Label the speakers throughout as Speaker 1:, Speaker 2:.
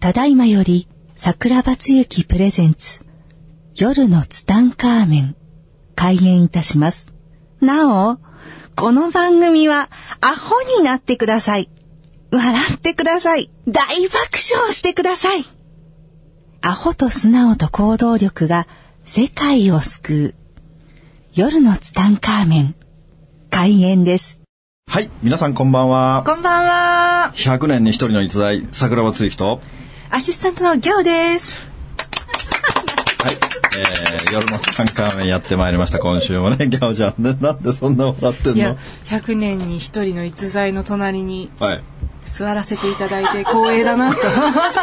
Speaker 1: ただいまより桜庭つゆきプレゼンツ夜のツタンカーメン開演いたします。なお、この番組はアホになってください。笑ってください。大爆笑してください。アホと素直と行動力が世界を救う。夜のツタンカーメン開演です。
Speaker 2: はい、皆さんこんばんは。
Speaker 3: こんばんは。
Speaker 2: 100年に一人の逸材、桜庭つゆきと、
Speaker 3: アシスタントのギョウです。
Speaker 2: はい、えー、夜の三回目やってまいりました、今週もね、ギ ャオちゃんね、なんでそんな笑ってん
Speaker 3: いや
Speaker 2: の、
Speaker 3: 100年に一人の逸材の隣に
Speaker 2: はい、
Speaker 3: 座らせていただい て光栄だなと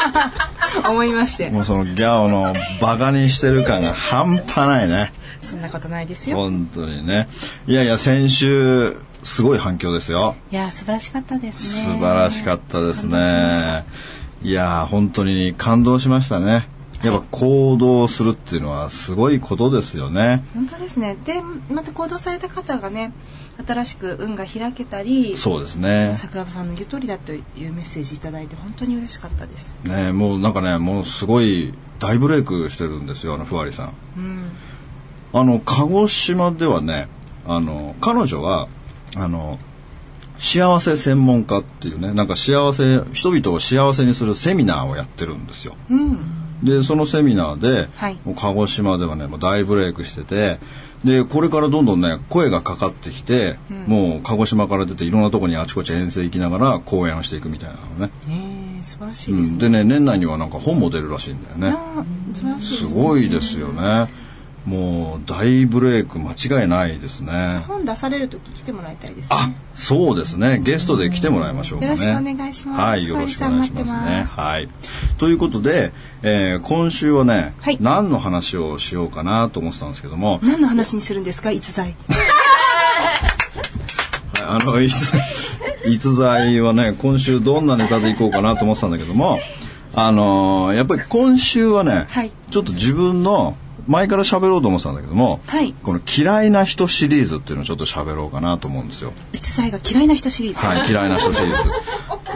Speaker 3: 思いまして。
Speaker 2: もうそのギャオのバカにしてる感が半端ないね。
Speaker 3: そんなことないですよ。
Speaker 2: 本当にね。いやいや、先週、すごい反響ですよ。
Speaker 3: いや、素晴らしかったです
Speaker 2: 素
Speaker 3: ね。
Speaker 2: 晴らしかったです
Speaker 3: 感動しました
Speaker 2: ね。いやー、本当に感動しましたね。やっぱ行動するっていうのはすごいことですよね。
Speaker 3: 本当ですね。で、また行動された方がね、新しく運が開けたり、
Speaker 2: そうですね。
Speaker 3: 桜庭さんの言う通りだというメッセージいただいて本当に嬉しかったです。
Speaker 2: ねもうなんかねもうすごい大ブレイクしてるんですよあのふわりさん
Speaker 3: うん。
Speaker 2: あの鹿児島ではねあの彼女はあの幸せ専門家っていうねなんか幸せ人々を幸せにするセミナーをやってるんですよ
Speaker 3: うん。
Speaker 2: でそのセミナーで、
Speaker 3: はい
Speaker 2: もう鹿児島ではねもう大ブレイクしててでこれからどんどんね声がかかってきて、もう鹿児島から出ていろんなとこにあちこち遠征行きながら講演をしていくみたいなのね
Speaker 3: ねえ素晴らし
Speaker 2: う
Speaker 3: いです
Speaker 2: ん、
Speaker 3: ね。
Speaker 2: でね年内にはなんか本も出るらしいんだよね
Speaker 3: あー素晴らしいです
Speaker 2: す
Speaker 3: ね。
Speaker 2: ごいですよね。もう大ブレイク間違いないですね。
Speaker 3: 本出されるとき来てもらいたいです
Speaker 2: あ
Speaker 3: ね。、
Speaker 2: そうですね。ゲストで来てもらいましょうかね。
Speaker 3: よろしくお願いします
Speaker 2: はい、よろしくお願いし
Speaker 3: ファイさ
Speaker 2: ま
Speaker 3: ん
Speaker 2: す
Speaker 3: 待
Speaker 2: ね。
Speaker 3: ってます
Speaker 2: はい。ということで、えー今週はね、
Speaker 3: はい
Speaker 2: 何の話をしようかなと思ってたんですけども、はい
Speaker 3: 何の話にするんですか逸材。
Speaker 2: あの逸逸材はね、今週どんなネタでいこうかなと思ってたんだけども、あのーやっぱり今週はね、
Speaker 3: はい
Speaker 2: ちょっと自分の前から喋ろうと思ってたんだけども、
Speaker 3: はい
Speaker 2: この嫌いな人シリーズっていうのをちょっと喋ろうかなと思うんですよ。
Speaker 3: 逸材が嫌いな人シリーズ。
Speaker 2: はい、嫌いな人シリーズ。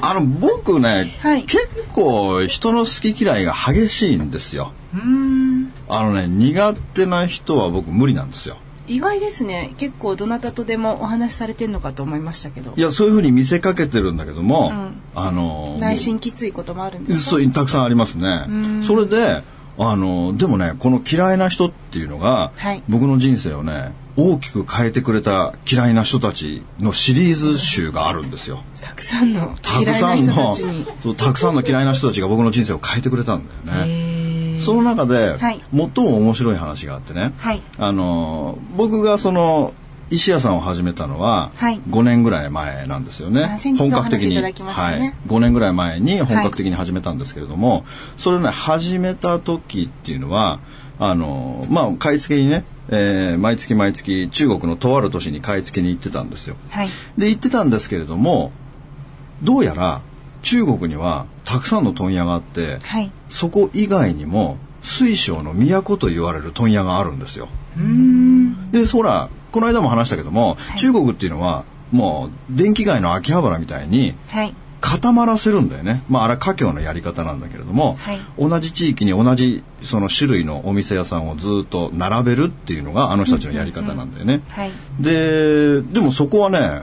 Speaker 2: あの、僕ね、
Speaker 3: はい
Speaker 2: 結構人の好き嫌いが激しいんですよ。
Speaker 3: うーん。
Speaker 2: あのね、苦手な人は僕無理なんですよ。
Speaker 3: 意外ですね。結構どなたとでもお話しされてんのかと思いましたけど
Speaker 2: い。や、そういうふうに見せかけてるんだけども、
Speaker 3: うん
Speaker 2: あの、
Speaker 3: 内心きついこともあるんですか
Speaker 2: そうたくさんありますね
Speaker 3: ん
Speaker 2: それであのでもねこの嫌いな人っていうのが、
Speaker 3: はい
Speaker 2: 僕の人生をね大きく変えてくれた嫌いな人たちのシリーズ集があるんですよ
Speaker 3: たくさんの
Speaker 2: たく
Speaker 3: 嫌い
Speaker 2: さ
Speaker 3: なん人
Speaker 2: の
Speaker 3: たちに。
Speaker 2: そうたくさんの嫌いな人たちが僕の人生を変えてくれたんだよね、
Speaker 3: へー
Speaker 2: その中で、
Speaker 3: はい
Speaker 2: 最も面白い話があってね、
Speaker 3: はい
Speaker 2: あの僕がその石屋さんを始めたのは
Speaker 3: はい
Speaker 2: 5年ぐらい前なんですよね、
Speaker 3: あ先日お話いただきましたね
Speaker 2: はい、5年ぐらい前に本格的に始めたんですけれども、それをね始めた時っていうのはあのまあ買い付けにね、えー毎月毎月中国のとある都市に買い付けに行ってたんですよ
Speaker 3: はい。
Speaker 2: で行ってたんですけれどもどうやら中国にはたくさんの問屋があって、
Speaker 3: はい。
Speaker 2: そこ以外にも水晶の都と言われる問屋があるんですよ。
Speaker 3: うーん。
Speaker 2: でほらこの間も話したけども、中国っていうのはもう電気街の秋葉原みたいに
Speaker 3: はい。
Speaker 2: 固まらせるんだよね、まあ、あれは華僑のやり方なんだけれども、
Speaker 3: はい
Speaker 2: 同じ地域に同じその種類のお店屋さんをずっと並べるっていうのがあの人たちのやり方なんだよね。
Speaker 3: はい。
Speaker 2: ででもそこはね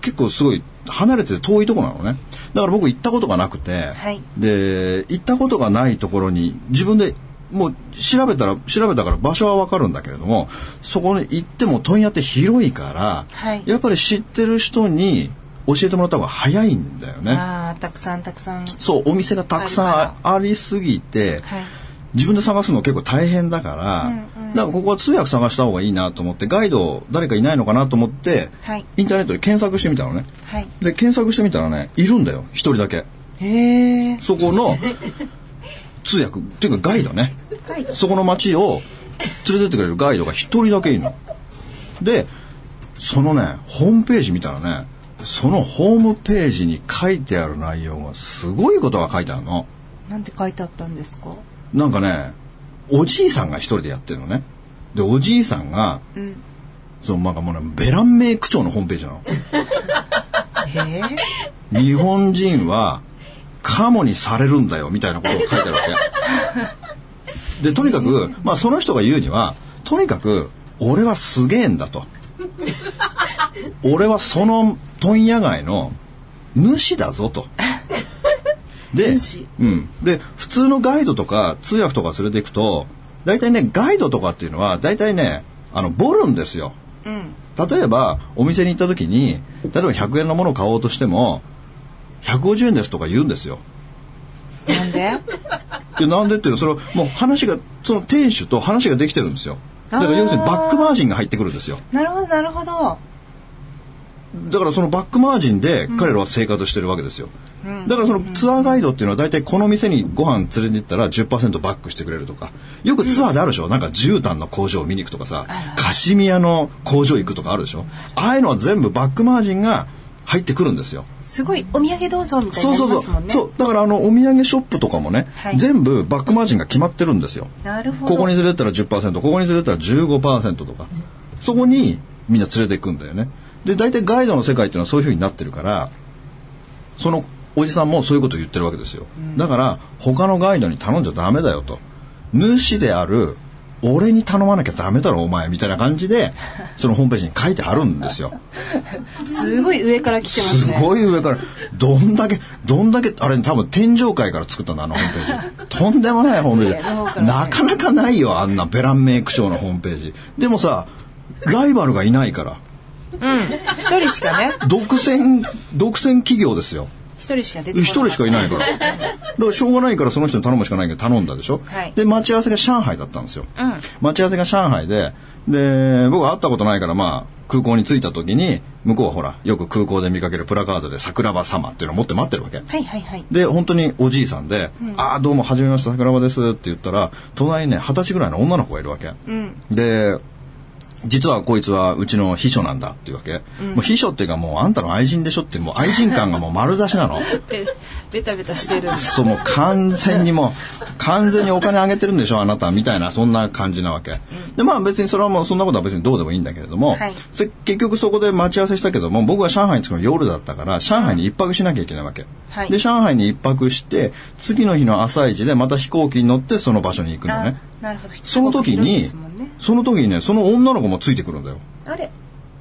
Speaker 2: 結構すごい離れてて遠いとこなのねだから僕行ったことがなくて、
Speaker 3: はい
Speaker 2: で行ったことがないところに自分でもう調べたら調べたから場所はわかるんだけれどもそこに行っても問屋って広いから、
Speaker 3: はい
Speaker 2: やっぱり知ってる人に教えてもらった方が早いんだよね
Speaker 3: ああ、たくさんたくさん。
Speaker 2: そうお店がたくさん
Speaker 3: ある
Speaker 2: あありすぎて、
Speaker 3: はい。
Speaker 2: 自分で探すの結構大変だから、
Speaker 3: うんうん
Speaker 2: だからここは通訳探した方がいいなと思ってガイド誰かいないのかなと思って、
Speaker 3: はい
Speaker 2: インターネットで検索してみたのね
Speaker 3: はい。
Speaker 2: で検索してみたらねいるんだよ一人だけ
Speaker 3: へえ。
Speaker 2: そこ の通訳っていうかガイドね
Speaker 3: ガイド
Speaker 2: そこの町を連れてってくれるガイドが一人だけいるのでそのねホームページ見たらねそのホームページに書いてある内容がすごいことが書いてあるの
Speaker 3: なんて書いてあったんですか
Speaker 2: なんかね、おじいさんが一人でやってるのね。で、おじいさんが、
Speaker 3: うん。
Speaker 2: そのなんかもうね、ベランメイク長のホームページなの。
Speaker 3: へえ。
Speaker 2: 日本人は、カモにされるんだよみたいなことを書いてあるわけでとにかく、まあ、その人が言うにはとにかく俺はすげえんだと俺はその問屋街の主だぞと。で
Speaker 3: 主、
Speaker 2: うん、で普通のガイドとか通訳とか連れていくと大体ねガイドとかっていうのは大体ねあのボルんですよ。
Speaker 3: うん
Speaker 2: 例えばお店に行った時に例えば100円のものを買おうとしても150円ですとか言うんですよ。
Speaker 3: なんで
Speaker 2: でなんでっていうそれはもう話がその店主と話ができてるんですよ。だから要するにバックマージンが入ってくるんですよ。
Speaker 3: なるほどなるほど
Speaker 2: だからそのバックマージンで彼らは生活してるわけですよ。だからそのツアーガイドっていうのは大体この店にご飯連れて行ったら10%バックしてくれるとかよくツアーであるでしょ、なんか絨毯の工場を見に行くとかさカシミヤの工場行くとかあるでしょああいうのは全部バックマージンが入ってくるんですよ。
Speaker 3: すごいお土産どうぞみたいに
Speaker 2: そう
Speaker 3: な
Speaker 2: そ
Speaker 3: り
Speaker 2: うそ
Speaker 3: ま
Speaker 2: う
Speaker 3: すもんね
Speaker 2: そうだからあのお土産ショップとかもね、
Speaker 3: はい
Speaker 2: 全部バックマージンが決まってるんですよ。
Speaker 3: なるほど
Speaker 2: ここに連れてったら10%ここに連れてったら15%とかそこにみんな連れていくんだよねで大体ガイドの世界っていうのはそういうふうになってるからそのおじさんもそういうことを言ってるわけですよ、だから他のガイドに頼んじゃダメだよと主である俺に頼まなきゃダメだろお前みたいな感じ でそのホームページに書いてあるんですよ
Speaker 3: すごい上から来てます
Speaker 2: す
Speaker 3: ね
Speaker 2: ごい上からどんだけどんだけあれ多分天上界から作ったんだあのホームページとんでもないホームペ
Speaker 3: いやどう
Speaker 2: ー
Speaker 3: か
Speaker 2: ジ
Speaker 3: な
Speaker 2: なかなかないよあんなベランメイクショーのホームページでもさライバルがいないから
Speaker 3: うん一人しかね
Speaker 2: 独占独占企業ですよ
Speaker 3: 一人しか出てこな
Speaker 2: 一人しかいないからだからしょうがないからその人に頼むしかないけど頼んだでしょ、
Speaker 3: はい
Speaker 2: で待ち合わせが上海だったんですよ、
Speaker 3: うん
Speaker 2: 待ち合わせが上海でで僕は会ったことないからまあ空港に着いた時に向こうはほらよく空港で見かけるプラカードで「桜庭様」っていうのを持って待ってるわけ
Speaker 3: はいはいはい
Speaker 2: で本当におじいさんで「ああどうもはじめまして桜庭です」って言ったら隣にね二十歳ぐらいの女の子がいるわけ、
Speaker 3: うん
Speaker 2: で実はこいつはうちの秘書なんだっていうわけ、もう秘書っていうかもうあんたの愛人でしょってもう愛人感がもう丸出しなの
Speaker 3: ベベタベタしてる
Speaker 2: そうもう完全にもう完全にお金あげてるんでしょあなたみたいなそんな感じなわけ、でまあ別にそれはもうそんなことは別にどうでもいいんだけれども、
Speaker 3: はい
Speaker 2: せ結局そこで待ち合わせしたけども僕は上海に着くの夜だったから上海に一泊しなきゃいけないわけ、
Speaker 3: はい
Speaker 2: で上海に一泊して次の日の朝一でまた飛行機に乗ってその場所に行くの
Speaker 3: あ
Speaker 2: ね
Speaker 3: なるほど
Speaker 2: その時
Speaker 3: 広い
Speaker 2: に、
Speaker 3: ですもんね
Speaker 2: その時にねその女の子もついてくるんだよ
Speaker 3: あれ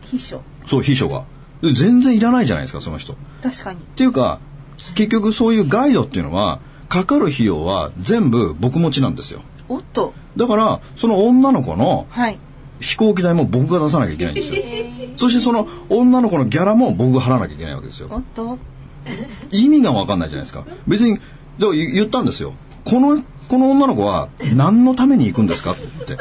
Speaker 3: 秘書
Speaker 2: そう秘書がで全然いらないじゃないですかその人っ
Speaker 3: 確かに
Speaker 2: ていうか結局そういうガイドっていうのはかかる費用は全部僕持ちなんですよ
Speaker 3: おっと
Speaker 2: だからその女の子の
Speaker 3: はい
Speaker 2: 飛行機代も僕が出さなきゃいけないんですよそしてその女の子のギャラも僕が払わなきゃいけないわけですよ
Speaker 3: おっと
Speaker 2: 意味が分かんないじゃないですか別にだから言言ったんですよこのこの女の子は何のために行くんですかって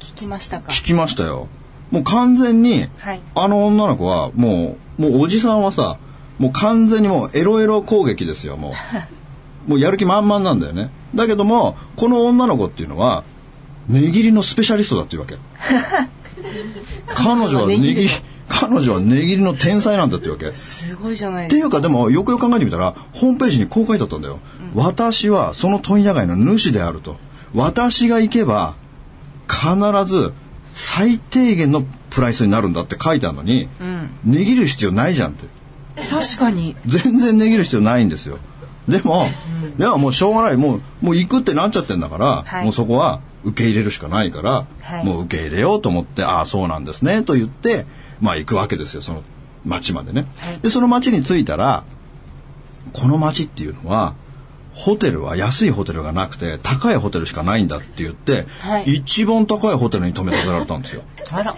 Speaker 3: 聞きましたか
Speaker 2: 聞きましたよもう完全に、
Speaker 3: はい
Speaker 2: あの女の子はもうもうおじさんはさもう完全にもうエロエロ攻撃ですよも うもうやる気満々なんだよねだけどもこの女の子っていうのは値切りのスペシャリストだって いうわけ彼女は値切り彼女は値切りの天才なんだっていうわけ
Speaker 3: すごいじゃない
Speaker 2: って
Speaker 3: です
Speaker 2: いうかでもよくよく考えてみたらホームページにこう書いてあったんだよ、私はその問屋街の主であると私が行けば必ず最低限のプライスになるんだって書いてあるのに、
Speaker 3: かうん
Speaker 2: 値切る必要ないじゃんって
Speaker 3: 確かに
Speaker 2: 全然値切る必要ないんですよでも、でももうしょうがないもうもう行くってなっちゃってんだから、
Speaker 3: はい
Speaker 2: もうそこは受け入れるしかないから、
Speaker 3: はい
Speaker 2: もう受け入れようと思ってああそうなんですねと言ってまあ行くわけですよその町までね、
Speaker 3: はい
Speaker 2: でその町に着いたらこの町っていうのはホテルは安いホテルがなくて高いホテルしかないんだって言って、
Speaker 3: はい
Speaker 2: 一番高いホテルに泊めさせられたんですよ
Speaker 3: あら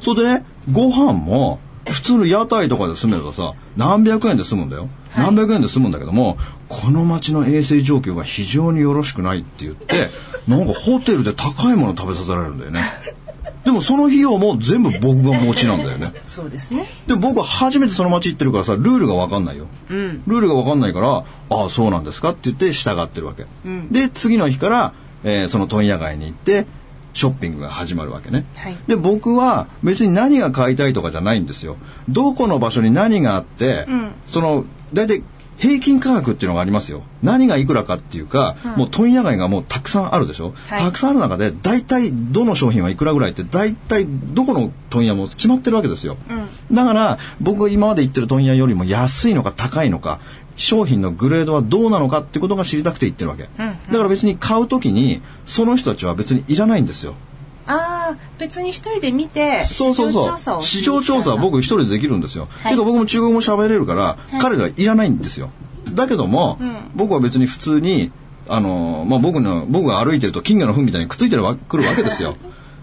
Speaker 2: それでね、ご飯も、普通の屋台とかで住めればさ、何百円で済むんだよ。何百円で済むんだけども、この町の衛生状況が非常によろしくないって言って、なんかホテルで高いもの食べさせられるんだよね。でもその費用も全部僕が持ちなんだよね。
Speaker 3: そうですね
Speaker 2: で、僕は初めてその町行ってるからさ、ルールがわかんないよ。
Speaker 3: うん
Speaker 2: ルールが分かんないから、ああ、そうなんですかって言って従ってるわけ。で、次の日から、えーその問屋街に行って、ショッピングが始まるわけね。
Speaker 3: はい
Speaker 2: で、僕は別に何が買いたいとかじゃないんですよ。どこの場所に何があって、
Speaker 3: ん
Speaker 2: その、大体平均価格っていうのがありますよ。何がいくらかっていうか、もう問屋街がもうたくさんあるでしょ、
Speaker 3: はい
Speaker 2: たくさんある中で、大体どの商品はいくらぐらいって、大体どこの問屋も決まってるわけですよ。だから、僕今まで行ってる問屋よりも安いのか高いのか、商品のグレードはどうなのかってことが知りたくて行ってるわけ。だから別に買うときに、その人たちは別にいらないんですよ。
Speaker 3: ああ別に一人で見て
Speaker 2: そうそう
Speaker 3: 市場調査
Speaker 2: そ
Speaker 3: を
Speaker 2: う。市場調査は僕一人でできるんですよ。
Speaker 3: い
Speaker 2: けど僕も中国語も喋れるから、彼らはいらないんですよ。だけども、僕は別に普通に、あのー、まあ、僕の、僕が歩いてると金魚の糞みたいにくっついてるわ、来るわけです よ。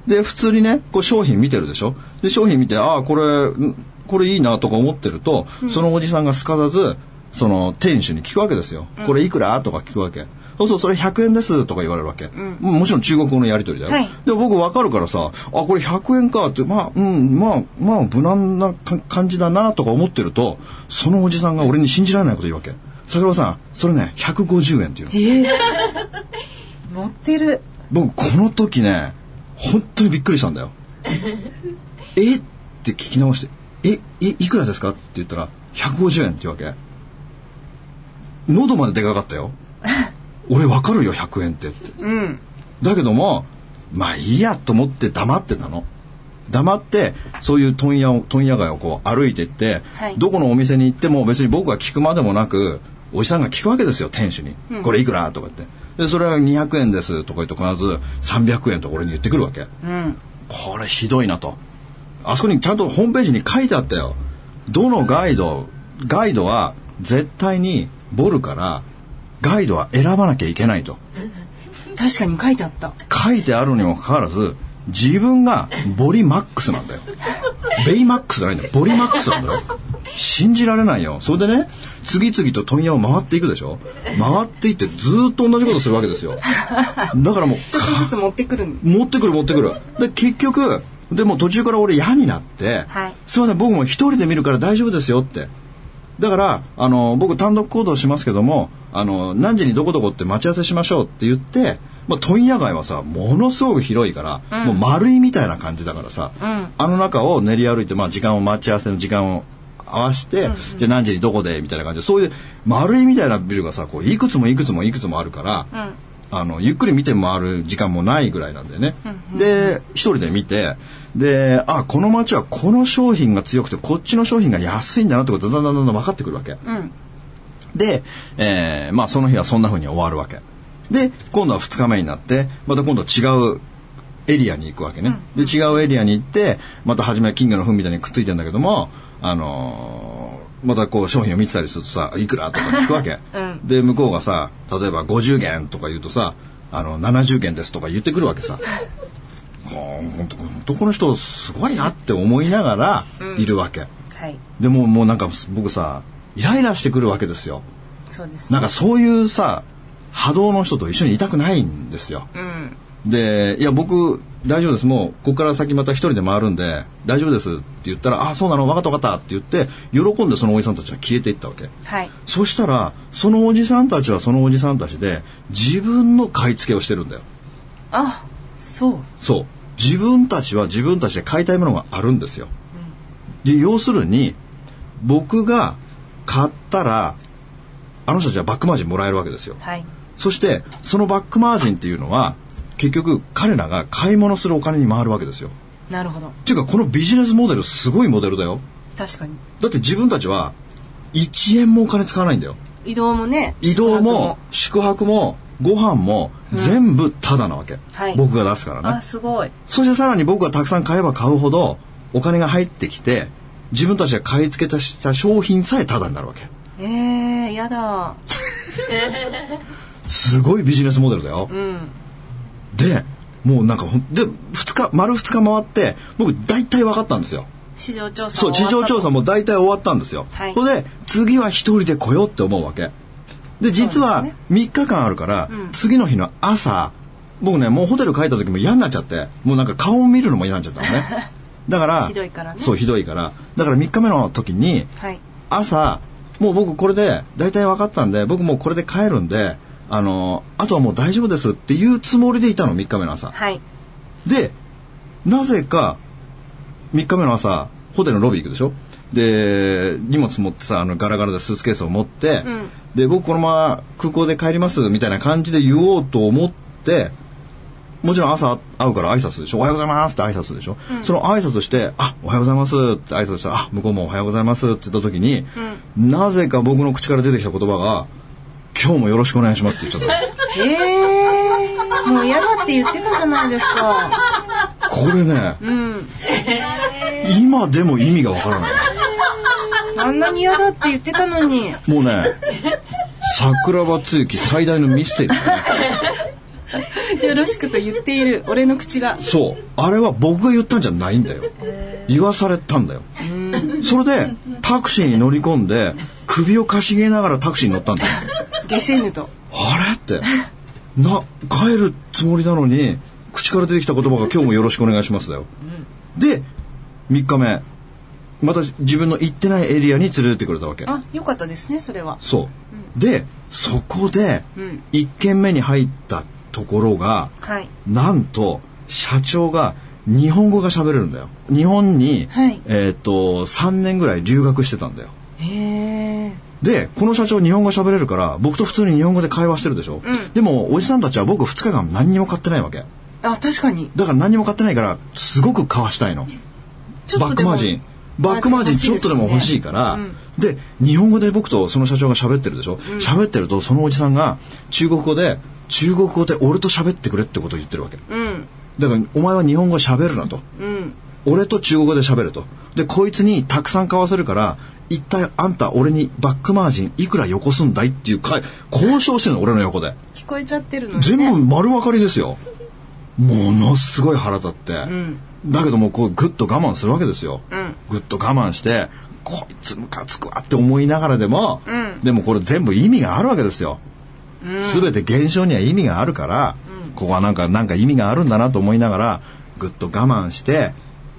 Speaker 2: で、普通にね、こう商品見てるでしょで、商品見て、ああ、これ、んこれいいなとか思ってると、そのおじさんがすかさず、その店主に聞くわけですよ。これいくらとか聞くわけ。そうするとそれ100円ですとか言われるわけ。もちろん中国語のやりとりだよ。
Speaker 3: はい
Speaker 2: でも僕わかるからさ、あ、これ100円かって、まあ、うん、まあ、まあ、無難なか感じだなとか思ってると、そのおじさんが俺に信じられないこと言うわけ。桜庭さん、それね、150円っていうの。
Speaker 3: 持ってる
Speaker 2: 僕、この時ね、本当にびっくりしたんだよ。えって聞き直して、え、え、いくらですかって言ったら、150円っていうわけ。喉まででかかった よ。俺わかるよ、100円ってって。
Speaker 3: うん
Speaker 2: だけども、まあいいやと思って黙ってたの。黙って、そういう問屋を、問屋街をこう歩いてって、
Speaker 3: はい
Speaker 2: どこのお店に行っても別に僕が聞くまでもなく、おじさんが聞くわけですよ、店主に。これいくらとか言って。で、それは200円ですとか言って必ず300円とか俺に言ってくるわけ。
Speaker 3: うん
Speaker 2: これひどいなと。あそこにちゃんとホームページに書いてあったよ。どのガイド、ガイドは絶対にボルから、ガイドは選ばなきゃいけないと。
Speaker 3: 確かに書いてあった
Speaker 2: 書いてあるにもかかわらず自分がボリマックスなんだよベイマックスじゃないんだよボリマックスなんだよ信じられないよそれでね次々と問屋を回っていくでしょ回っていってずーっと同じことするわけですよだからもう
Speaker 3: ちょっとずつ持ってくるん
Speaker 2: 持ってくる持ってくるで結局でも途中から俺嫌になって、
Speaker 3: はい
Speaker 2: すいません僕も一人で見るから大丈夫ですよってだからあの僕単独行動しますけどもあの何時にどこどこって待ち合わせしましょうって言って、まあ、問屋街はさものすごく広いから、もう丸いみたいな感じだからさ、
Speaker 3: ん
Speaker 2: あの中を練り歩いて、まあ、時間を待ち合わせの時間を合わせて、じゃあ何時にどこでみたいな感じでそういう丸いみたいなビルがさこういくつもいくつもいくつもあるから、
Speaker 3: うん
Speaker 2: あの、ゆっくり見て回る時間もないぐらいなんだよね。で、一人で見て、で、あ、この街はこの商品が強くて、こっちの商品が安いんだなってことがだんだんだんだん分かってくるわけ。
Speaker 3: うん
Speaker 2: で、えーまあその日はそんな風に終わるわけ。で、今度は2日目になって、また今度違うエリアに行くわけね。で、違うエリアに行って、また初めは金魚の糞みたいにくっついてんだけども、あのーまたこう商品を見てたりするとさ、いくらとか聞くわけ。
Speaker 3: うん
Speaker 2: で、向こうがさ、例えば50元とか言うとさ、あの、70元ですとか言ってくるわけ さ。こうほんとほんとこの人すごいなって思いながらいるわけ。
Speaker 3: はい
Speaker 2: でもうもうなんか僕さ、イライラしてくるわけですよ。
Speaker 3: そうです
Speaker 2: なんかそういうさ、波動の人と一緒にいたくないんですよ。
Speaker 3: うん
Speaker 2: で、いや、僕、大丈夫です。もう、ここから先また一人で回るんで、大丈夫ですって言ったら、あ、そうなの、わかったわかったって言って、喜んでそのおじさんたちは消えていったわけ。
Speaker 3: はい
Speaker 2: そしたら、そのおじさんたちはそのおじさんたちで、自分の買い付けをしてるんだよ。
Speaker 3: あそう
Speaker 2: そう。自分たちは自分たちで買いたいものがあるんですよ。で、要するに、僕が買ったら、あの人たちはバックマージンもらえるわけですよ。
Speaker 3: はい
Speaker 2: そして、そのバックマージンっていうのは、結局彼らが買い物するお金に回るわけですよ。
Speaker 3: なるほど
Speaker 2: っていうか、このビジネスモデルすごいモデルだよ。
Speaker 3: 確かに
Speaker 2: だって自分たちは、1円もお金使わないんだよ。
Speaker 3: 移動もね
Speaker 2: 移動
Speaker 3: 宿泊
Speaker 2: も、宿泊も、ご飯も、全部タダなわけ。
Speaker 3: はい
Speaker 2: 僕が出すからね。
Speaker 3: あすごい
Speaker 2: そしてさらに僕がたくさん買えば買うほど、お金が入ってきて、自分たちが買い付けたした商品さえタダになるわけ。
Speaker 3: えー、やだ
Speaker 2: すごいビジネスモデルだよ。
Speaker 3: うん
Speaker 2: で、もうなんかほん、で、二日、丸二日回って、僕大体分かったんですよ。
Speaker 3: 市場調査
Speaker 2: そう、地上調査も
Speaker 3: も
Speaker 2: 大体終わったんですよ。
Speaker 3: はい
Speaker 2: それで、次は一人で来ようって思うわけ。で、実は
Speaker 3: そうですね
Speaker 2: 3日間あるから、
Speaker 3: うん
Speaker 2: 次の日の朝、僕ね、もうホテル帰った時も嫌になっちゃって、もうなんか顔を見るのも嫌になっちゃったの ね。だから、
Speaker 3: ひどいからね
Speaker 2: そう、ひどいから。だから3日目の時に、
Speaker 3: はい
Speaker 2: 朝もう僕これで大体分かったんで僕もうこれで帰るんであのあとはもう大丈夫ですっていうつもりでいたの3日目の朝
Speaker 3: はい
Speaker 2: でなぜか3日目の朝ホテルのロビー行くでしょで荷物持ってさあのガラガラでスーツケースを持って、
Speaker 3: うん
Speaker 2: で僕このまま空港で帰りますみたいな感じで言おうと思ってもちろん朝会うから挨拶でしょおはようございますって挨拶でしょ、その挨拶してあおはようございますって挨拶したらあ向こうもおはようございますって言った時に、なぜか僕の口から出てきた言葉が今日もよろしくお願いしますって言っちゃった
Speaker 3: ええもう嫌だって言ってたじゃないですか。
Speaker 2: これね
Speaker 3: うん。
Speaker 2: 今でも意味がわからない
Speaker 3: あんなに嫌だって言ってたのに。
Speaker 2: もうね桜庭つゆき最大のミステリーだね
Speaker 3: よろしくと言っている俺の口が。
Speaker 2: そうあれは僕が言ったんじゃないんだよ言わされたんだよそれでタクシーに乗り込んで首をかしげながらタクシーに乗ったんだよ
Speaker 3: 下せぬと。
Speaker 2: あれって な帰るつもりなのに口から出てきた言葉が「今日もよろしくお願いします」だよ、で3日目また自分の行ってないエリアに連れてってくれたわけ
Speaker 3: あ、よかったですね、それは。
Speaker 2: そうでそこで
Speaker 3: うん
Speaker 2: 1軒目に入ったところが
Speaker 3: はい。
Speaker 2: なんと社長が日本語が喋れるんだよ日本に、
Speaker 3: はい
Speaker 2: えーっと3年ぐらい留学してたんだよ
Speaker 3: ええ
Speaker 2: でこの社長日本語喋れるから僕と普通に日本語で会話してるでしょ、
Speaker 3: うん
Speaker 2: でもおじさんたちは僕2日間何にも買ってないわけ
Speaker 3: あ、確かに。
Speaker 2: だから何にも買ってないからすごく買わしたいの
Speaker 3: ちょ
Speaker 2: バ
Speaker 3: っ
Speaker 2: ッ
Speaker 3: と
Speaker 2: ク
Speaker 3: でも
Speaker 2: マージンバックマージンちょっとでも欲しいから、
Speaker 3: うん
Speaker 2: で日本語で僕とその社長が喋ってるでしょ喋、ってるとそのおじさんが中国語で中国語で俺と喋ってくれってことを言ってるわけ
Speaker 3: うん。
Speaker 2: だからお前は日本語喋るなと
Speaker 3: うん。
Speaker 2: 俺と中国語で喋るとでこいつにたくさん買わせるから一体あんた俺にバックマージンいくらよこすんだいっていうか交渉してるの俺の横で
Speaker 3: 聞こえちゃってるのに
Speaker 2: 全
Speaker 3: ね。
Speaker 2: 部丸分かりですよものすごい腹立って、
Speaker 3: ん
Speaker 2: だけどもうこうグッと我慢するわけですよ、
Speaker 3: うん
Speaker 2: グッと我慢してこいつムカつくわって思いながらでも、
Speaker 3: うん
Speaker 2: でもこれ全部意味があるわけですよ、全て現象には意味があるから、ここはなんかなんか意味があるんだなと思いながらグッと我慢して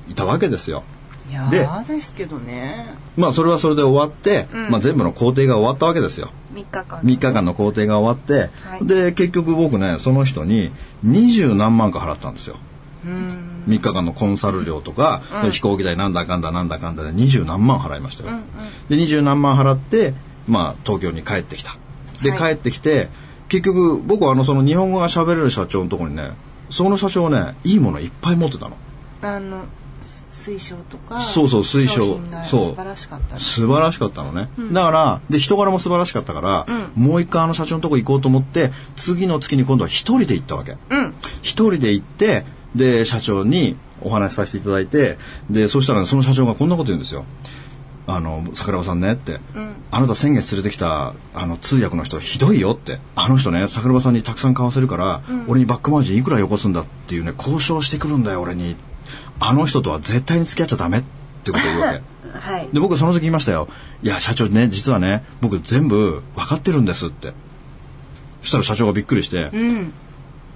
Speaker 2: いたわけですよ
Speaker 3: いや
Speaker 2: で
Speaker 3: ーですけどね。
Speaker 2: まあそれはそれで終わって、
Speaker 3: うん
Speaker 2: まあ、全部の工程が終わったわけですよ
Speaker 3: 三日間。
Speaker 2: 3日間の工程が終わって、
Speaker 3: はい
Speaker 2: で結局僕ねその人に二十何万か払ったんですよ
Speaker 3: うん。
Speaker 2: 3日間のコンサル料とか、飛行機代なんだかんだなんだかんだで二十何万払いましたよ、
Speaker 3: うんうん
Speaker 2: で二十何万払って、まあ、東京に帰ってきたで、
Speaker 3: はい
Speaker 2: 帰ってきて結局僕はあのその日本語が喋れる社長のところにねその社長ねいいものいっぱい持ってたの
Speaker 3: あの、す水晶とか。
Speaker 2: そうそう水晶
Speaker 3: 商品が
Speaker 2: そう
Speaker 3: 素晴らしかったです。
Speaker 2: 素晴らしかったのね、だからで人柄も素晴らしかったから、もう一回あの社長のとこ行こうと思って次の月に今度は一人で行ったわけ、
Speaker 3: うん。
Speaker 2: 一人で行ってで社長にお話しさせていただいてでそしたらねその社長がこんなこと言うんですよ「あの桜庭さんね」って、あなた先月連れてきたあの通訳の人ひどいよ」って「あの人ね桜庭さんにたくさん買わせるから、俺にバックマージンいくらよこすんだ」っていうね交渉してくるんだよ俺にあの人とは絶対に付き合っちゃダメってことを言うわ け。
Speaker 3: はい。
Speaker 2: で僕その時言いましたよ「いや社長ね実はね僕全部分かってるんです」ってそしたら社長がびっくりして「
Speaker 3: うん。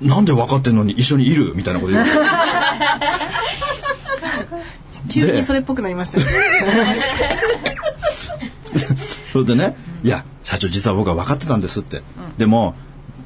Speaker 2: なんで分かってんのに一緒にいるみたいなこと 言う
Speaker 3: 急にそれっぽくなりましたね。
Speaker 2: それでね「いや社長実は僕は分かってたんです」って、でも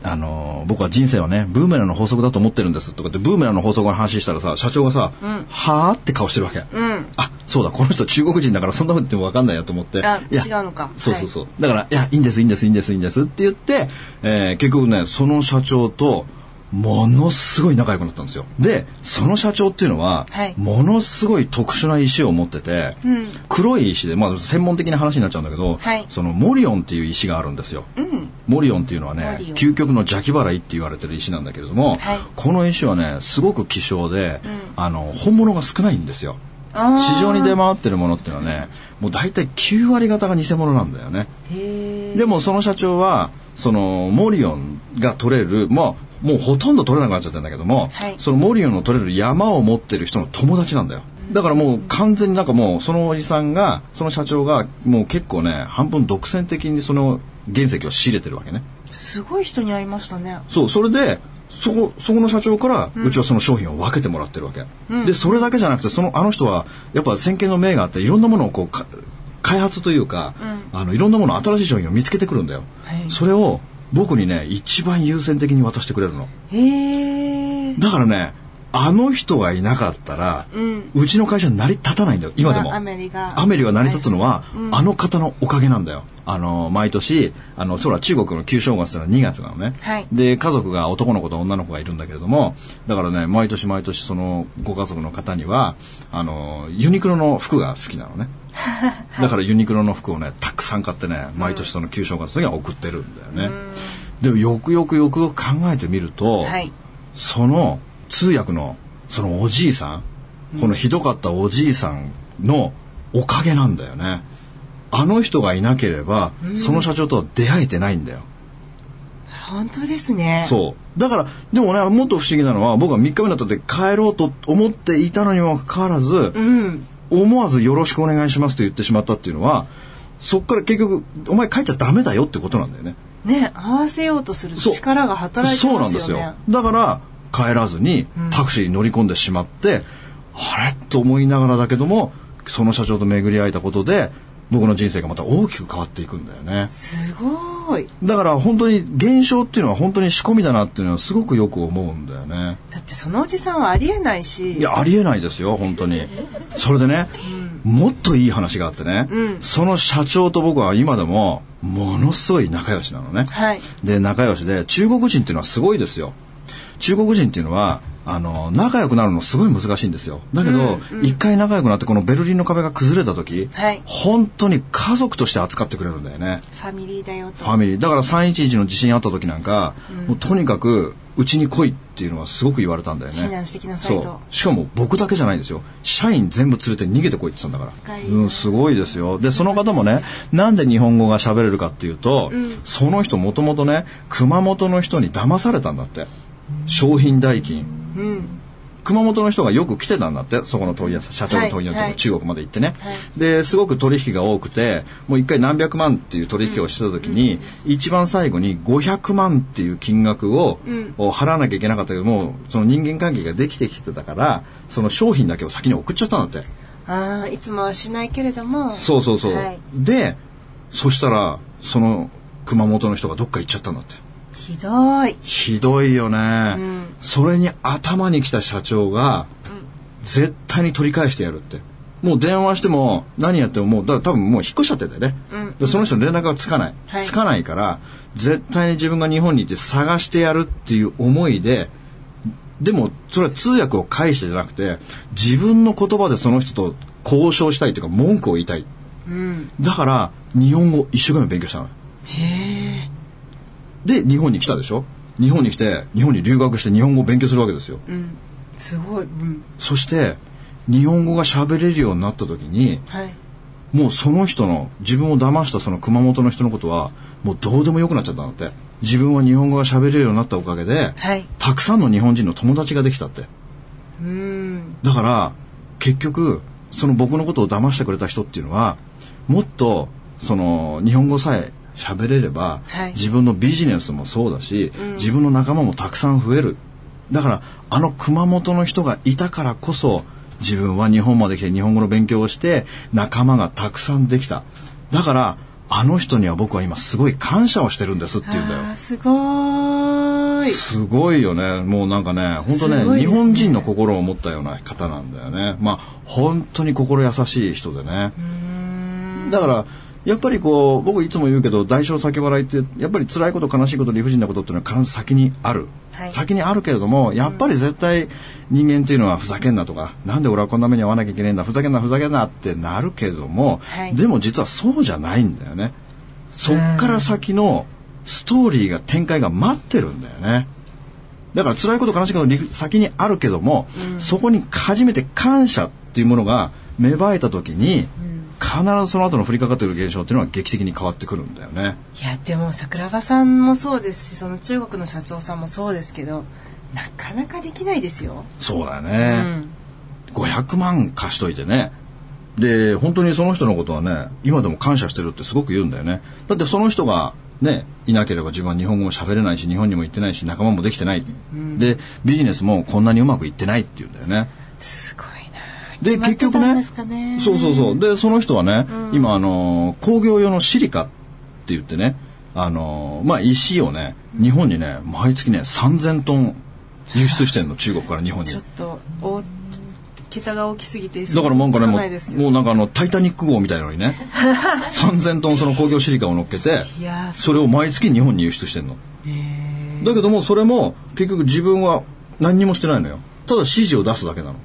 Speaker 2: あのー僕は人生はねブーメランの法則だと思ってるんですとかってブーメランの法則の話したらさ社長がさ「はあ?」って顔してるわけ、
Speaker 3: うん。
Speaker 2: あそうだこの人中国人だからそんなこと言っても分かんないやと思って
Speaker 3: あ
Speaker 2: いや
Speaker 3: 違うのか
Speaker 2: そうそうそう、だから「いやいいんですいいんですいいんですいいんです」って言って、えー結局ねその社長とものすごい仲良くなったんですよでその社長っていうのは、
Speaker 3: はい
Speaker 2: ものすごい特殊な石を持ってて、
Speaker 3: ん
Speaker 2: 黒い石で、まあ、専門的な話になっちゃうんだけど、
Speaker 3: はい
Speaker 2: そのモリオンっていう石があるんですよ、
Speaker 3: うん。
Speaker 2: モリオンっていうのは
Speaker 3: モ
Speaker 2: ね
Speaker 3: リオン
Speaker 2: 究極の邪気払いって言われてる石なんだけれども、
Speaker 3: はい
Speaker 2: この石はねすごく希少で、あの本物が少ないんですよ
Speaker 3: あー
Speaker 2: 市場に出回ってるものっていうのはねもう大体9割方が偽物なんだよね
Speaker 3: へえ。
Speaker 2: でもその社長はそのモリオンが取れるまあもうほとんど取れなくなっちゃったんだけども、
Speaker 3: はい
Speaker 2: そのモリオンの取れる山を持ってる人の友達なんだよだからもう完全になんかもうそのおじさんがその社長がもう結構ね半分独占的にその原石を仕入れてるわけね
Speaker 3: すごい人に会いましたね。
Speaker 2: そうそれでそこそこの社長からうちはその商品を分けてもらってるわけ、でそれだけじゃなくてそのあの人はやっぱ先見の明があっていろんなものをこうか開発というか、あのいろんなもの新しい商品を見つけてくるんだよ、
Speaker 3: はい
Speaker 2: それを僕にね一番優先的に渡してくれるの
Speaker 3: へえ。
Speaker 2: だからねあの人がいなかったら、
Speaker 3: うん
Speaker 2: うちの会社成り立たないんだよ今でも
Speaker 3: あアメリが
Speaker 2: アメリは成り立つのは、
Speaker 3: うん
Speaker 2: あの方のおかげなんだよ。あの、毎年、あの、そら中国の旧正月ってのは2月なのね。
Speaker 3: はい
Speaker 2: で、家族が男の子と女の子がいるんだけれども、だからね、毎年毎年そのご家族の方には、あの、ユニクロの服が好きなの ね。だからユニクロの服をね、たくさん買ってね、毎年その旧正月の時は送ってるんだよね。でもよくよくよくよく考えてみると、
Speaker 3: はい
Speaker 2: その通訳のそのおじいさん、このひどかったおじいさんのおかげなんだよね。あの人がいなければ、その社長とは出会えてないんだよ。
Speaker 3: 本当ですね
Speaker 2: そう。だから、でもね、もっと不思議なのは、僕は3日目になったって帰ろうと思っていたのにもかかわらず、
Speaker 3: うん
Speaker 2: 思わずよろしくお願いしますと言ってしまったっていうのは、そっから結局、お前帰っちゃダメだよってことなんだよね。
Speaker 3: ね合わせようとする
Speaker 2: そう
Speaker 3: 力が働いて
Speaker 2: そう
Speaker 3: ま
Speaker 2: なん
Speaker 3: す
Speaker 2: で
Speaker 3: よね
Speaker 2: すよだから帰らずに
Speaker 3: うん
Speaker 2: タクシーに乗り込んでしまって、あれと思いながらだけどもその社長と巡り会えたことで僕の人生がまた大きく変わっていくんだよね
Speaker 3: すごい
Speaker 2: だから本当に現象っていうのは本当に仕込みだなっていうのはすごくよく思うんだよね
Speaker 3: だってそのおじさんはありえないし
Speaker 2: いやありえないですよ本当にそれでね、もっといい話があってね、
Speaker 3: うん
Speaker 2: その社長と僕は今でもものすごい仲良しなのね、
Speaker 3: はい
Speaker 2: で仲良しで中国人っていうのはすごいですよ中国人っていうのはあの仲良くなるのすごい難しいんですよだけど一、回仲良くなってこのベルリンの壁が崩れた時、
Speaker 3: はい
Speaker 2: 本当に家族として扱ってくれるんだよね
Speaker 3: ファミリーだよ
Speaker 2: フ
Speaker 3: と
Speaker 2: ァミリーだから311の地震あった時なんか、もうとにかくうちに来いっていうのはすごく言われたんだよね
Speaker 3: 避難してきなさい
Speaker 2: そう
Speaker 3: と
Speaker 2: しかも僕だけじゃないんですよ社員全部連れて逃げてこいって言ってたんだか
Speaker 3: 深
Speaker 2: ら、
Speaker 3: い
Speaker 2: うん、すごいですよでその方もねなんで日本語が喋れるかっていうと、その人もともとね熊本の人に騙されたんだって商品代金
Speaker 3: うん
Speaker 2: 熊本の人がよく来てたんだってそこの問屋さん社長の問屋のとこ、
Speaker 3: はいはい
Speaker 2: 中国まで行ってね、
Speaker 3: はい
Speaker 2: ですごく取引が多くてもう一回何百万っていう取引をしてた時に、一番最後に500万っていう金額を、
Speaker 3: うん
Speaker 2: を払わなきゃいけなかったけどもその人間関係ができてきてたからその商品だけを先に送っちゃったんだって、
Speaker 3: ああいつもはしないけれども
Speaker 2: そうそうそう、
Speaker 3: はい
Speaker 2: でそしたらその熊本の人がどっか行っちゃったんだって
Speaker 3: ひどい
Speaker 2: ひどいよね、
Speaker 3: ん
Speaker 2: それに頭に来た社長が、絶対に取り返してやるってもう電話しても何やってももうだから多分もう引っ越しちゃってんだよね、
Speaker 3: うん
Speaker 2: でその人の連絡がつかない、
Speaker 3: はい
Speaker 2: つかないから絶対に自分が日本に行って探してやるっていう思いででもそれは通訳を介してじゃなくて自分の言葉でその人と交渉したいというか文句を言いたい
Speaker 3: うん
Speaker 2: だから日本語一生懸命勉強したの
Speaker 3: へえ
Speaker 2: で日本に来たでしょ日本に来て日本に留学して日本語を勉強するわけですよ
Speaker 3: うんすごいうん
Speaker 2: そして日本語が喋れるようになった時に
Speaker 3: はい
Speaker 2: もうその人の自分を騙したその熊本の人のことはもうどうでもよくなっちゃったんだって自分は日本語が喋れるようになったおかげで
Speaker 3: はい
Speaker 2: たくさんの日本人の友達ができたって
Speaker 3: うん
Speaker 2: だから結局その僕のことを騙してくれた人っていうのはもっとその日本語さえ喋れれば、
Speaker 3: はい
Speaker 2: 自分のビジネスもそうだし、
Speaker 3: うん
Speaker 2: 自分の仲間もたくさん増えるだからあの熊本の人がいたからこそ自分は日本まで来て日本語の勉強をして仲間がたくさんできただからあの人には僕は今すごい感謝をしてるんですって言うんだよ
Speaker 3: あーすごーい
Speaker 2: すごいよね。もうなんかね、本当
Speaker 3: す
Speaker 2: ね
Speaker 3: ごい
Speaker 2: 日
Speaker 3: ですね
Speaker 2: 本人の心を持ったような方なんだよね。まあ、本当に心優しい人でね。だから、やっぱりこう、僕いつも言うけど、代償先払いって、やっぱり辛いこと、悲しいこと、理不尽なことっていうのは必ず先にある。
Speaker 3: はい
Speaker 2: 先にあるけれども、やっぱり絶対人間っていうのはふざけんなとか、なんで俺はこんな目に遭わなきゃいけないんだ、ふざけんな、ふざけんなってなるけれども、
Speaker 3: はい
Speaker 2: でも実はそうじゃないんだよね。そっから先のストーリーが展開が待ってるんだよね。だから辛いこと悲しいことの先にあるけども、そこに初めて感謝っていうものが芽生えた時に、必ずその後の降りかかってくる現象っていうのは劇的に変わってくるんだよね。
Speaker 3: いやでも桜庭さんもそうですしその中国の社長さんもそうですけどなかなかできないですよ、
Speaker 2: そうだよ
Speaker 3: う
Speaker 2: ね。
Speaker 3: ん、
Speaker 2: 500万貸しといてね。で、本当にその人のことはね、今でも感謝してるってすごく言うんだよね。だってその人がね、いなければ自分は日本語も喋れないし、日本にも行ってないし、仲間もできてない。で、ビジネスもこんなにうまくいってないって言うんだよね。
Speaker 3: すごいな
Speaker 2: で
Speaker 3: 決まっ
Speaker 2: 結
Speaker 3: て
Speaker 2: 局
Speaker 3: たん
Speaker 2: ね
Speaker 3: ですかね
Speaker 2: そうそうそうでその人はね、今あのー工業用のシリカって言ってねあのーまあ石をね日本にね毎月ね3000トン輸出してんの中国から日本に
Speaker 3: ちょっと大桁が大きすぎて
Speaker 2: だからなんかね
Speaker 3: そう
Speaker 2: も
Speaker 3: ないですけ
Speaker 2: う
Speaker 3: ど
Speaker 2: もうなんかあの「タイタニック号」みたいなの にね3000トンその工業シリカを乗っけて
Speaker 3: いやー
Speaker 2: それを毎月日本に輸出してんの
Speaker 3: ね
Speaker 2: だけどもそれも結局自分は何にもしてないのよただ指示を出すだけなの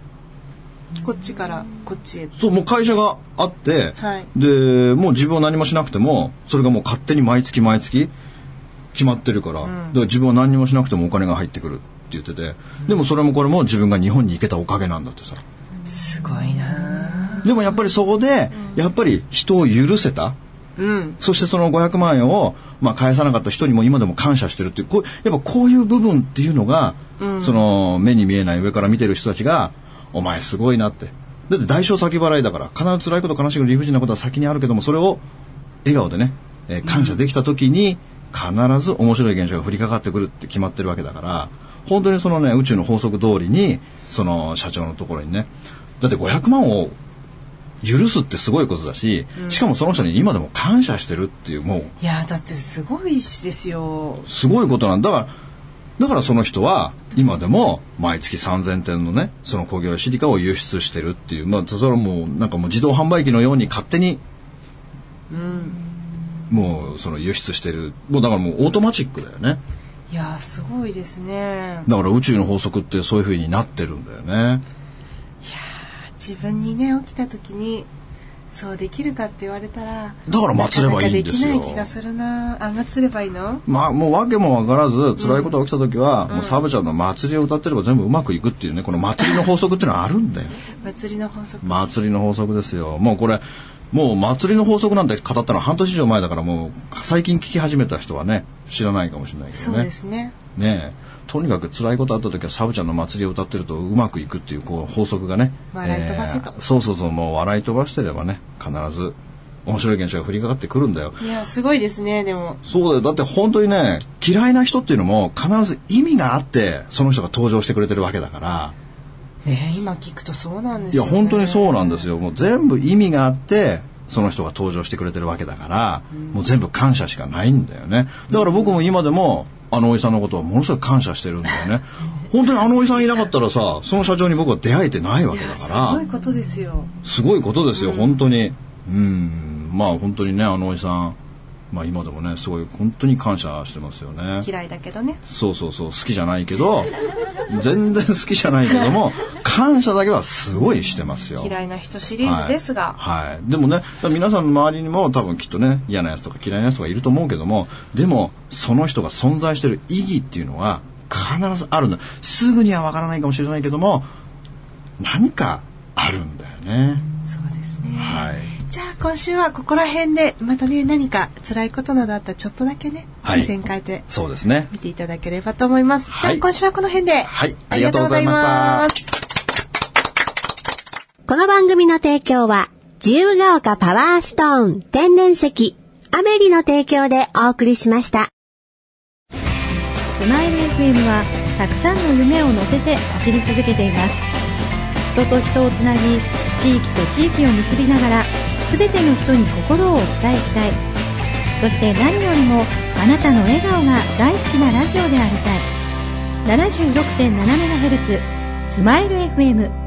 Speaker 3: こっちからこっちへ
Speaker 2: そうもう会社があって、
Speaker 3: はい
Speaker 2: でもう自分は何もしなくてもそれがもう勝手に毎月毎月決まってるから、だから自分は何にもしなくてもお金が入ってくるって言ってて、でもそれもこれも自分が日本に行けたおかげなんだってさ
Speaker 3: すごいな
Speaker 2: でもやっぱりそこで、やっぱり人を許せた
Speaker 3: うん
Speaker 2: そしてその500万円を、まあ、返さなかった人にも今でも感謝してるっていう、こう、やっぱこういう部分っていうのが、その目に見えない上から見てる人たちが、お前すごいなって。だって代償先払いだから、必ず辛いこと悲しいこと理不尽なことは先にあるけども、それを笑顔でね、えー感謝できた時に、必ず面白い現象が降りかかってくるって決まってるわけだから、本当にそのね、宇宙の法則通りに、その社長のところにね、だって500万を許すってすごいことだし、しかもその人に今でも感謝してるっていう、もう、
Speaker 3: いやーだってすごいしですよ
Speaker 2: すごいことなんだ。だから、だからその人は、今でも、毎月3000点のね、その工業シリカを輸出してるっていう、まあ、それはもう、なんかもう自動販売機のように勝手に、もう、その輸出してる。もうだからもうオートマチックだよね。
Speaker 3: いやーすごいですね
Speaker 2: だから宇宙の法則ってそういう風になってるんだよね。
Speaker 3: 自分にね起きた時にそうできるかって言われたら
Speaker 2: だから祭ればいいんですよ
Speaker 3: なかなかできない気がするなあ祭ればいいの
Speaker 2: まあ、もう訳もわからず、辛いことが起きた時は、もうサブちゃんの祭りを歌ってれば全部うまくいくっていうね、この祭りの法則っていうのはあるんだよ。
Speaker 3: 祭りの法則
Speaker 2: 祭りの法則ですよ。もうこれ、もう祭りの法則なんて語ったのは半年以上前だから、もう最近聞き始めた人はね、知らないかもしれないけど
Speaker 3: そう
Speaker 2: ね
Speaker 3: で。すね
Speaker 2: ねえとにかく辛いことあった時はサブちゃんの祭りを歌ってるとうまくいくっていうこう法則がね
Speaker 3: 笑い飛ばせと
Speaker 2: えーそうそうそうもう笑い飛ばしてればね必ず面白い現象が降りかかってくるんだよ
Speaker 3: いやーすごいですねでも
Speaker 2: そうだよ。だって本当にね、嫌いな人っていうのも必ず意味があって、その人が登場してくれてるわけだから、
Speaker 3: ね今聞くとそうなんで
Speaker 2: い
Speaker 3: す
Speaker 2: や、
Speaker 3: よ、ね、
Speaker 2: 本当にそうなんですすよ。もう全部意味があって、その人が登場してくれてるわけだから、もう全部感謝しかないんだよね。だから僕も今でも、あのおじさんのことはものすごく感謝してるんだよ ね。本当にあのおじさんいなかったらさ、その社長に僕は出会えてないわけだ
Speaker 3: す
Speaker 2: か
Speaker 3: ご
Speaker 2: ら
Speaker 3: い、ことですよ
Speaker 2: すごいことですよ、本当に。うん、まあ本当にね、あのおじさん、まあ今でもね、すごい本当に感謝してますよね。
Speaker 3: 嫌いだけどね
Speaker 2: そうそうそう好きじゃないけど全然好きじゃないけども感謝だけはすごいしてますよ
Speaker 3: 嫌いな人シリーズですが、
Speaker 2: はい、はいでもね皆さんの周りにも多分きっとね嫌なやつとか嫌いなやつとかいると思うけどもでもその人が存在してる意義っていうのは必ずあるんだすぐにはわからないかもしれないけども何かあるんだよね
Speaker 3: そうですね
Speaker 2: はい
Speaker 3: じゃあ今週はここら辺でまたね何か辛いことなどあったらちょっとだけね
Speaker 2: はい
Speaker 3: 視線変えて
Speaker 2: そうですね
Speaker 3: 見ていただければと思います、
Speaker 2: はい
Speaker 3: じゃあ今週はこの辺で
Speaker 2: はいありがとうございました
Speaker 3: ありがとうございます
Speaker 4: この番組の提供は、自由が丘パワーストーン天然石、アメリの提供でお送りしました。
Speaker 5: スマイル FM はたくさんの夢を乗せて走り続けています人と人をつなぎ地域と地域を結びながら全ての人に心をお伝えしたいそして何よりもあなたの笑顔が大好きなラジオでありたい 76.7MHz スマイル FM